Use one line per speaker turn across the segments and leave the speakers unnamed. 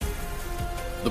The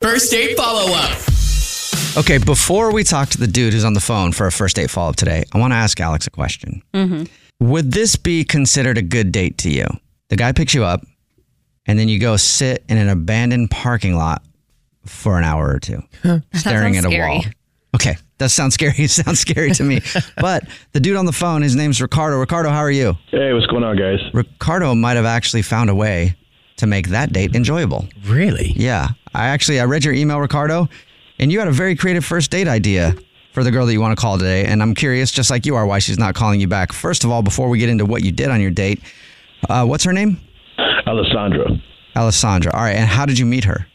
First date follow up.
Okay, before we talk to the dude who's on the phone for a first date follow up today, I want to ask Alex a question. Would this be considered a good date to you? The guy picks you up, and then you go sit in an abandoned parking lot for an hour or two, staring at
sounds
a
scary.
wall. Okay, that sounds scary. It sounds scary to me. but the dude on the phone, his name's Ricardo. Ricardo, how are you?
Hey, what's going on, guys?
Ricardo might have actually found a way to make that date enjoyable.
Really?
Yeah. I actually I read your email, Ricardo, and you had a very creative first date idea for the girl that you want to call today. And I'm curious, just like you are, why she's not calling you back. First of all, before we get into what you did on your date, uh, what's her name?
Alessandra.
Alessandra. All right. And how did you meet her?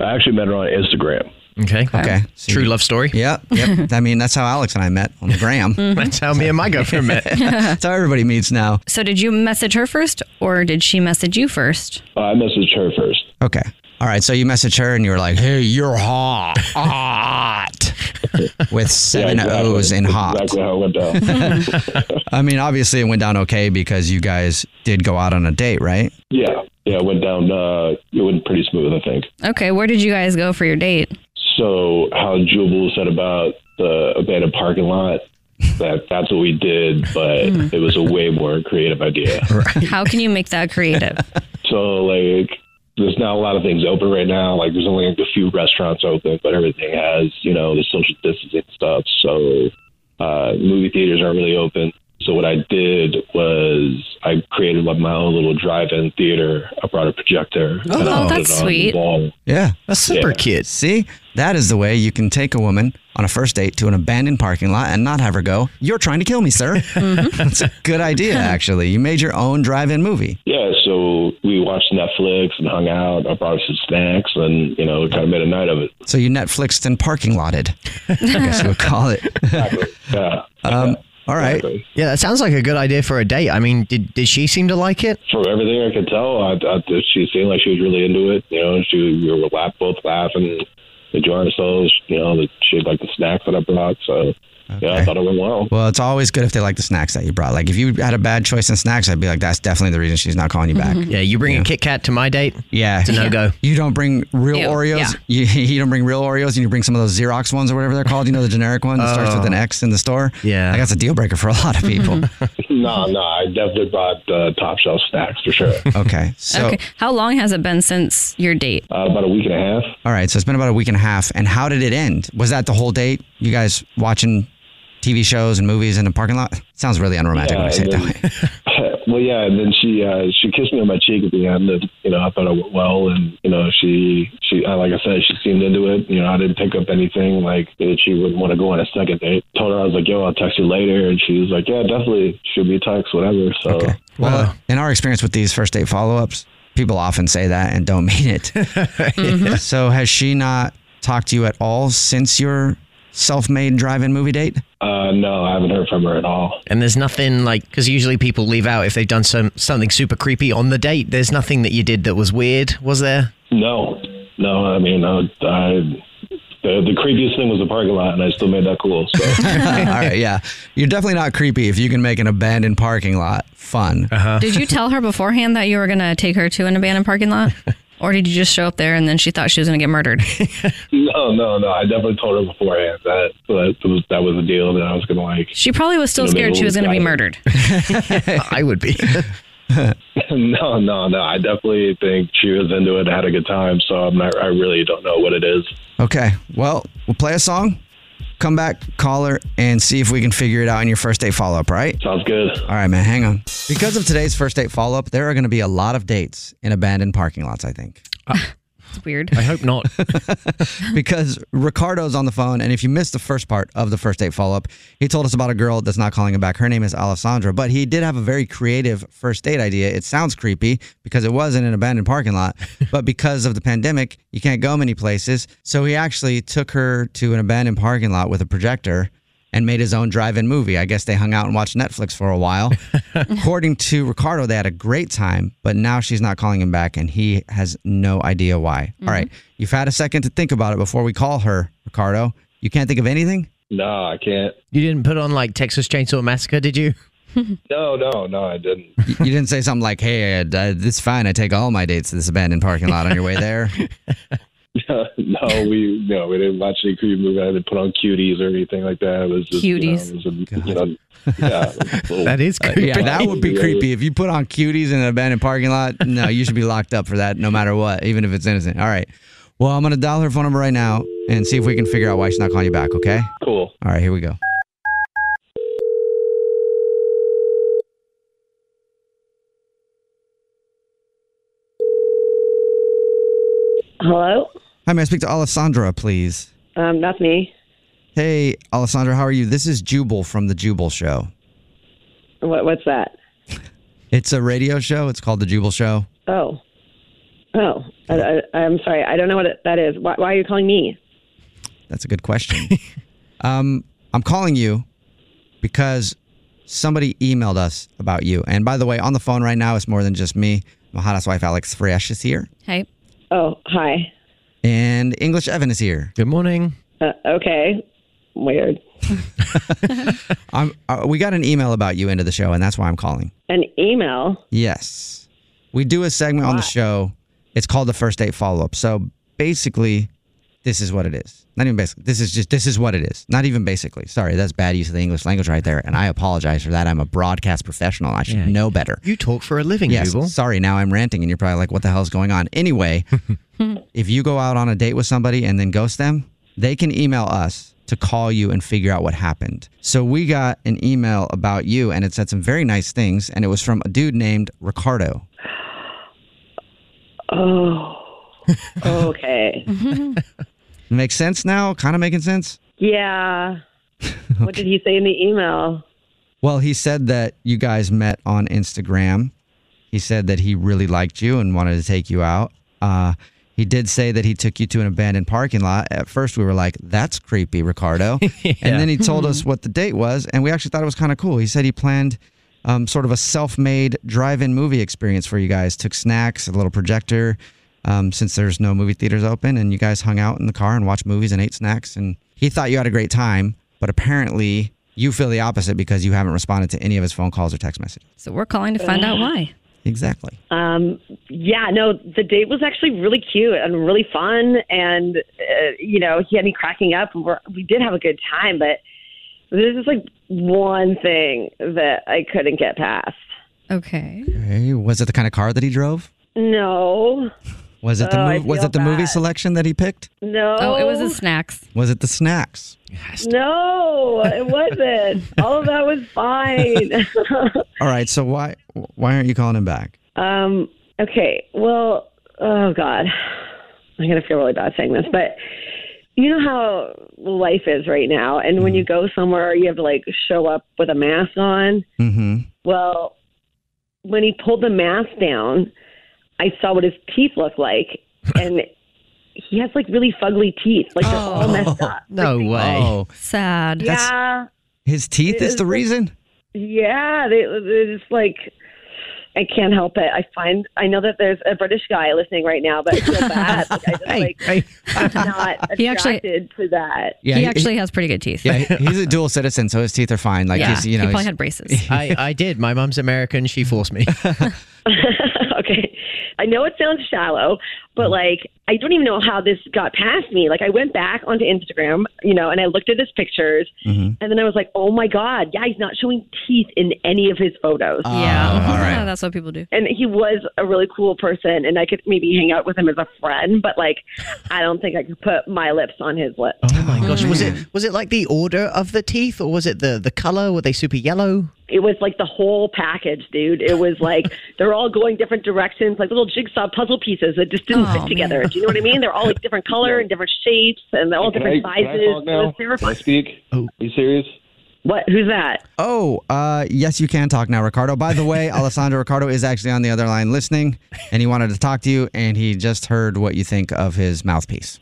I actually met her on Instagram.
Okay.
Okay. So
True
you-
love story.
Yep. Yep. I mean, that's how Alex and I met on the gram.
That's how me and my girlfriend met.
that's how everybody meets now.
So did you message her first or did she message you first?
I messaged her first.
Okay. All right. So you message her and you were like, hey, you're hot. Hot. With seven
exactly.
O's in
That's
hot.
Exactly how it went down.
I mean, obviously it went down okay because you guys did go out on a date, right?
yeah, yeah, it went down. Uh, it went pretty smooth, I think.
Okay, where did you guys go for your date?
So, how Jubal said about the abandoned parking lot, that that's what we did, but it was a way more creative idea.
Hmm. How can you make that creative?
So, like, there's not a lot of things open right now. Like, there's only like, a few restaurants open, but everything has, you know, the social distancing stuff. So, uh, movie theaters aren't really open. So, what I did was I created like my own little drive-in theater. I brought a projector.
Oh,
and I hung
that's
it on the
sweet.
wall.
Yeah.
That's super
Yeah.
kid.
See, that is the way you can take a woman on a first date to an abandoned parking lot and not have her go, You're trying to kill me, sir. That's a good idea, actually. You made your own drive in movie.
Yeah, so we watched Netflix and hung out. I brought her some snacks, and you know, kind of made a night of it.
So you Netflixed and parking lotted, I guess you would call it.
Yeah,
Um, all right.
exactly.
Yeah, that sounds like a good idea for a date. I mean, did, did she seem to like it?
from everything I could tell, I, I, she seemed like she was really into it. You know, she we were laugh, both laughing, enjoying ourselves. You know, that she liked the snacks that I brought. So, yeah, I
Okay.
thought it went well.
Well, it's always good if they like the snacks that you brought. Like, if you had a bad choice in snacks, I'd be like, That's definitely the reason she's not calling you back.
Mm-hmm. Yeah, you bring
Yeah.
a Kit Kat to my date.
Yeah.
It's a no-go.
You don't bring real
Ew,
Oreos.
yeah.
You, you don't bring real Oreos, and you bring some of those Xerox ones or whatever they're called. You know, the generic one that starts with an X in the store.
Oh. Yeah.
I guess a deal breaker for a lot of people.
No, no, I definitely brought uh, top shelf snacks for sure.
okay. So,
okay. How long has it been since your date?
Uh, about a week and a half.
all right. So it's been about a week and a half. And how did it end? Was that the whole date? You guys watching TV shows and movies in a parking lot? Sounds really unromantic when I say it that way.
way. well, yeah, and then she uh, she kissed me on my cheek at the end, and you know I thought it went well, and you know she she uh, like I said she seemed into it. You know I didn't pick up anything like that she wouldn't want to go on a second date. Told her I was like, yo, I'll text you later, and she was like, yeah, definitely, should be a text, whatever. So
Okay. Well, in our experience with these first date follow ups, people often say that and don't mean it. So, has she not talked to you at all since your self-made drive-in movie date?
Uh, no, I haven't heard from her at all.
And there's nothing like because usually people leave out if they've done some something super creepy on the date. There's nothing that you did that was weird, was there?
No, no. I mean, I, I the, the creepiest thing was the parking lot, and I still made that cool. So
All right, yeah. You're definitely not creepy if you can make an abandoned parking lot fun. Uh-huh.
Did you tell her beforehand that you were going to take her to an abandoned parking lot? Or did you just show up there and then she thought she was going to get murdered?
no, no, no. I definitely told her beforehand that that was that was a deal that I was gonna like.
She probably was still
you know,
scared she
maybe
was going to be
we'll-
murdered.
I would be.
no, no, no. I definitely think she was into it, and had a good time. So I'm not. I really don't know what it is.
Okay. Well, we'll play a song, come back, call her, and see if we can figure it out in your first date follow up, right?
Sounds good.
All right, man. Hang on. Because of today's first date follow up, there are going to be a lot of dates in abandoned parking lots, I think.
It's weird.
I hope not.
because Ricardo's on the phone, and if you missed the first part of the first date follow up, he told us about a girl that's not calling him back. Her name is Alessandra, but he did have a very creative first date idea. It sounds creepy because it was in an abandoned parking lot, but because of the pandemic, you can't go many places. So he actually took her to an abandoned parking lot with a projector and made his own drive-in movie. I guess they hung out and watched Netflix for a while. According to Ricardo, they had a great time, but now she's not calling him back and he has no idea why. All right. You've had a second to think about it before we call her, Ricardo. You can't think of anything?
No, I can't.
You didn't put on like Texas Chainsaw Massacre, did you?
No, no, no. I didn't.
You you didn't say something like, "Hey, uh, d- this is fine. I take all my dates to this abandoned parking lot on your way there."
no, we no, we didn't watch any creepy movie. I didn't put on cuties or anything like that. It was just
Cuties.
You know, it was a, you know, yeah, little-
That is
Uh,
creepy.
yeah, that would be creepy if you put on cuties in an abandoned parking lot. No, you should be locked up for that, no matter what, even if it's innocent. All right. Well, I'm gonna dial her phone number right now and see if we can figure out why she's not calling you back. Okay.
cool.
All right, here we go.
Hello?
Hi, may I speak to Alessandra, please?
Um, that's me.
Hey, Alessandra, how are you? This is Jubal from The Jubal Show.
What, what's that?
It's a radio show. It's called The Jubal Show.
Oh. Oh, I, I, I'm sorry. I don't know what it, that is. Why, why are you calling me?
That's a good question. um, I'm calling you because somebody emailed us about you. And by the way, on the phone right now, it's more than just me. My hottest wife, Alex Fresh, is here.
Hey.
Oh, hi.
And English Evan is here.
Good morning.
Uh, okay. Weird.
I'm, uh, we got an email about you into the show, and that's why I'm calling.
An email.
Yes. We do a segment on the show. It's called the first date follow up. So basically, this is what it is. Not even basically. This is just this is what it is. Not even basically. Sorry, that's bad use of the English language right there. And I apologize for that. I'm a broadcast professional. I should
Yeah.
know better.
You talk for a living,
Yes.
Jubal.
Sorry, now I'm ranting and you're probably like, what the hell is going on? Anyway, if you go out on a date with somebody and then ghost them, they can email us to call you and figure out what happened. So we got an email about you and it said some very nice things. And it was from a dude named Ricardo.
Oh. Okay.
Makes sense now? Kind of making sense?
yeah. What did he say in the email?
Well, he said that you guys met on Instagram. He said that he really liked you and wanted to take you out. Uh, he did say that he took you to an abandoned parking lot. At first, we were like, that's creepy, Ricardo. And then he told us what the date was, and we actually thought it was kind of cool. He said he planned um, sort of a self made drive in movie experience for you guys, took snacks, a little projector. Um, since there's no movie theaters open, and you guys hung out in the car and watched movies and ate snacks, and he thought you had a great time, but apparently you feel the opposite because you haven't responded to any of his phone calls or text messages.
So we're calling to find out why.
Exactly.
Um, yeah, no, the date was actually really cute and really fun. And, uh, you know, he had me cracking up. We're, we did have a good time, but there's just like one thing that I couldn't get past.
Okay.
Okay. Was it the kind of car that he drove?
No,
Was it the
Oh, I
mov- was
feel
it the movie
bad.
selection that he picked?
no.
Oh, it was the snacks.
Was it the snacks?
No, it wasn't. All of that was fine.
All right. So why why aren't you calling him back?
um, okay, well, oh, God. I'm going to feel really bad saying this, but you know how life is right now. And when you go somewhere, you have to like show up with a mask on.
Mm-hmm.
Well, when he pulled the mask down, I saw what his teeth looked like, and
he has like really fugly teeth. Like they're all messed up.
No way.
Sad.
yeah.
His teeth is the reason?
Yeah, they, it's like I can't help it. I find I know that there's a British guy listening right now, but I feel bad. Like, I just, like, I'm not
He actually-
attracted to that.
he actually has pretty good teeth.
Yeah, he- he's a dual citizen, so his teeth are fine. Like
Yeah,
he's, you
he
know,
probably
he's-
had braces.
I, I did. My mum's American. She forced me.
okay, I know it sounds shallow,
Mm-hmm.
but like I don't even know how this got past me. Like I went back onto Instagram, you know, and I looked at his pictures,
Mm-hmm.
and then I was like, oh my god, yeah, he's not showing teeth in any of his photos.
Ah,
yeah. That's what people do.
and he was a really cool person and i could maybe hang out with him as a friend but like i don't think i could put my lips on his lips
Oh my gosh, was
Mm.
it was it like the order of the teeth, or was it the the color? Were they super yellow?
it was like the whole package dude it was like they're all going different directions like little jigsaw puzzle pieces that just didn't fit together do you know what i mean they're all like different color and different shapes and all
Can
different
I-
sizes
can I talk
It was
now? Can I
terrifying.
speak? Are you serious?
What? Who's that?
Oh, uh, yes, you can talk now, Ricardo. By the way, Alessandro Ricardo is actually on the other line listening, and he wanted to talk to you, and he just heard what you think of his mouthpiece.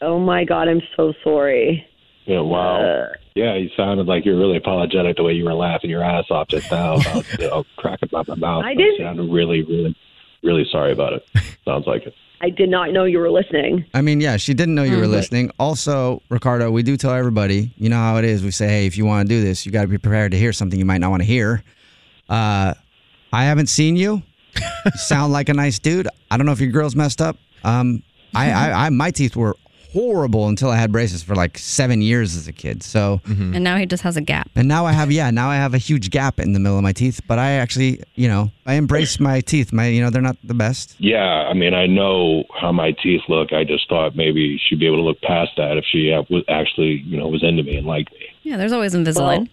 oh my god i'm so sorry
Yeah, wow. yeah, you sounded like you were really apologetic the way you were laughing your ass off just now about you know, cracking up my mouth.
I didn't-
You sounded really, really, really sorry about it. Sounds like it.
i did not know you were listening
I mean, yeah, she didn't know you were listening. Also, Ricardo, we do tell everybody, you know how it is. We say, hey, if you want to do this, you got to be prepared to hear something you might not want to hear. Uh, I haven't seen you. you sound like a nice dude. I don't know if your girl's messed up. Um, I, I, I, my teeth were horrible until I had braces for like seven years as a kid. So,
And now he just has a gap.
and now I have, yeah, now I have a huge gap in the middle of my teeth. But I actually, you know, I embrace my teeth. My, you know, they're not the best.
Yeah, I mean, I know how my teeth look. I just thought maybe she'd be able to look past that if she uh, was actually, you know, was into me and liked me.
Yeah, there's always Invisalign.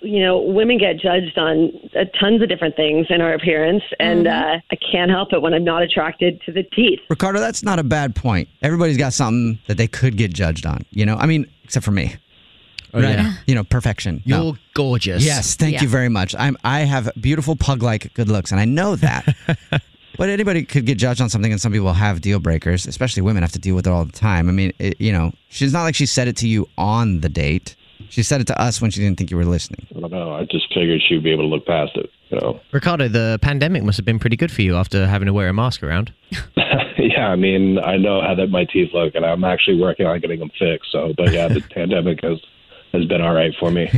you know, women get judged on uh, tons of different things in our appearance, and uh, I can't help it when I'm not attracted to the teeth.
Ricardo, that's not a bad point. Everybody's got something that they could get judged on, you know? I mean, except for me.
Oh,
right.
yeah.
You know, perfection.
You're
No.
gorgeous.
Yes, thank you very much. I'm I have beautiful pug like good looks and I know that. but anybody could get judged on something and some people have deal breakers, especially women have to deal with it all the time. I mean, it, you know, she's not like she said it to you on the date. She said it to us when she didn't think you were listening.
I don't know. I just figured she'd be able to look past it. You know.
Ricardo, the pandemic must have been pretty good for you after having to wear a mask around.
yeah, I mean, I know how that my teeth look, and I'm actually working on getting them fixed. So, but yeah, the pandemic has has been all right for me.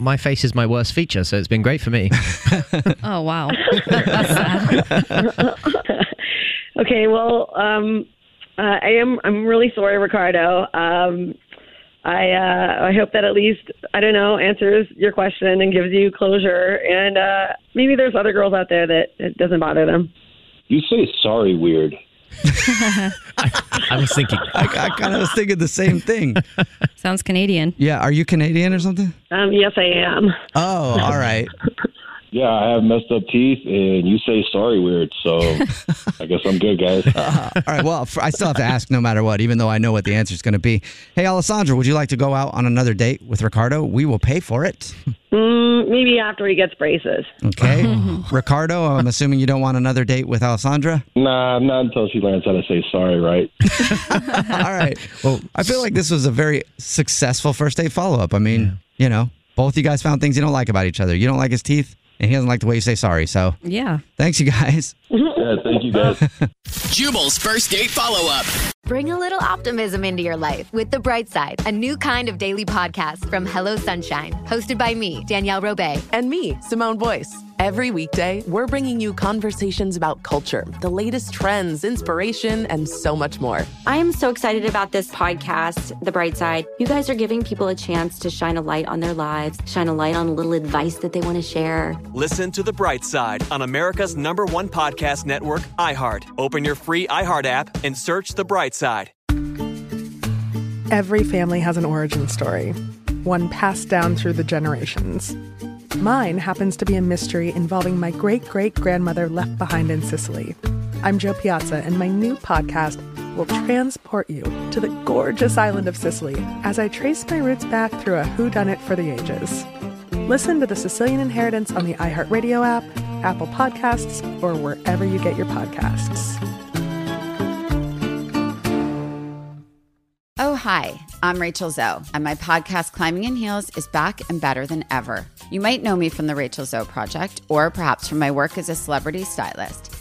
My face is my worst feature, so it's been great for me.
Oh wow.
Okay, well, um, uh, I am. I'm really sorry, Ricardo. Um, I uh, I hope that at least I don't know answers your question and gives you closure. And uh, maybe there's other girls out there that it doesn't bother them.
You say sorry weird.
I was thinking.
I, I kind of was thinking the same thing.
Sounds Canadian.
Yeah, are you Canadian or something?
Um, yes, I am.
Oh, all right.
Yeah, I have messed up teeth, and you say sorry weird. So, I guess I'm good, guys.
All right. Well, for, I still have to ask no matter what, even though I know what the answer is going to be. Hey, Alessandra, would you like to go out on another date with Ricardo? We will pay for it.
Mm, maybe after he gets braces.
Okay. Ricardo, I'm assuming you don't want another date with Alessandra.
Nah, not until she learns how to say sorry right.
All right. Well, I feel like this was a very successful first date follow up. I mean, you know, both you guys found things you don't like about each other. You don't like his teeth, and he doesn't like the way you say sorry. So
Yeah.
thanks, you guys.
Yeah, thank you guys.
Jubal's first date follow up. Bring a little optimism into your life with The Bright Side, a new kind of daily podcast from Hello Sunshine, hosted by me, Danielle Robay.
And me, Simone Boyce. Every weekday, we're bringing you conversations about culture, the latest trends, inspiration, and so much more.
I am so excited about this podcast, The Bright Side. You guys are giving people a chance to shine a light on their lives, shine a light on a little advice that they want to share.
Listen to The Bright Side on America's number one podcast network, iHeart. Open your free iHeart app and search The Bright Side.
Every family has an origin story, one passed down through the generations. Mine happens to be a mystery involving my great great grandmother left behind in Sicily. I'm Joe Piazza, and my new podcast will transport you to the gorgeous island of Sicily as I trace my roots back through a whodunit for the ages. Listen to the Sicilian Inheritance on the iHeartRadio app, Apple Podcasts, or wherever you get your podcasts.
Oh, hi. I'm Rachel Zoe, and my podcast, Climbing in Heels, is back and better than ever. You might know me from the Rachel Zoe Project, or perhaps from my work as a celebrity stylist.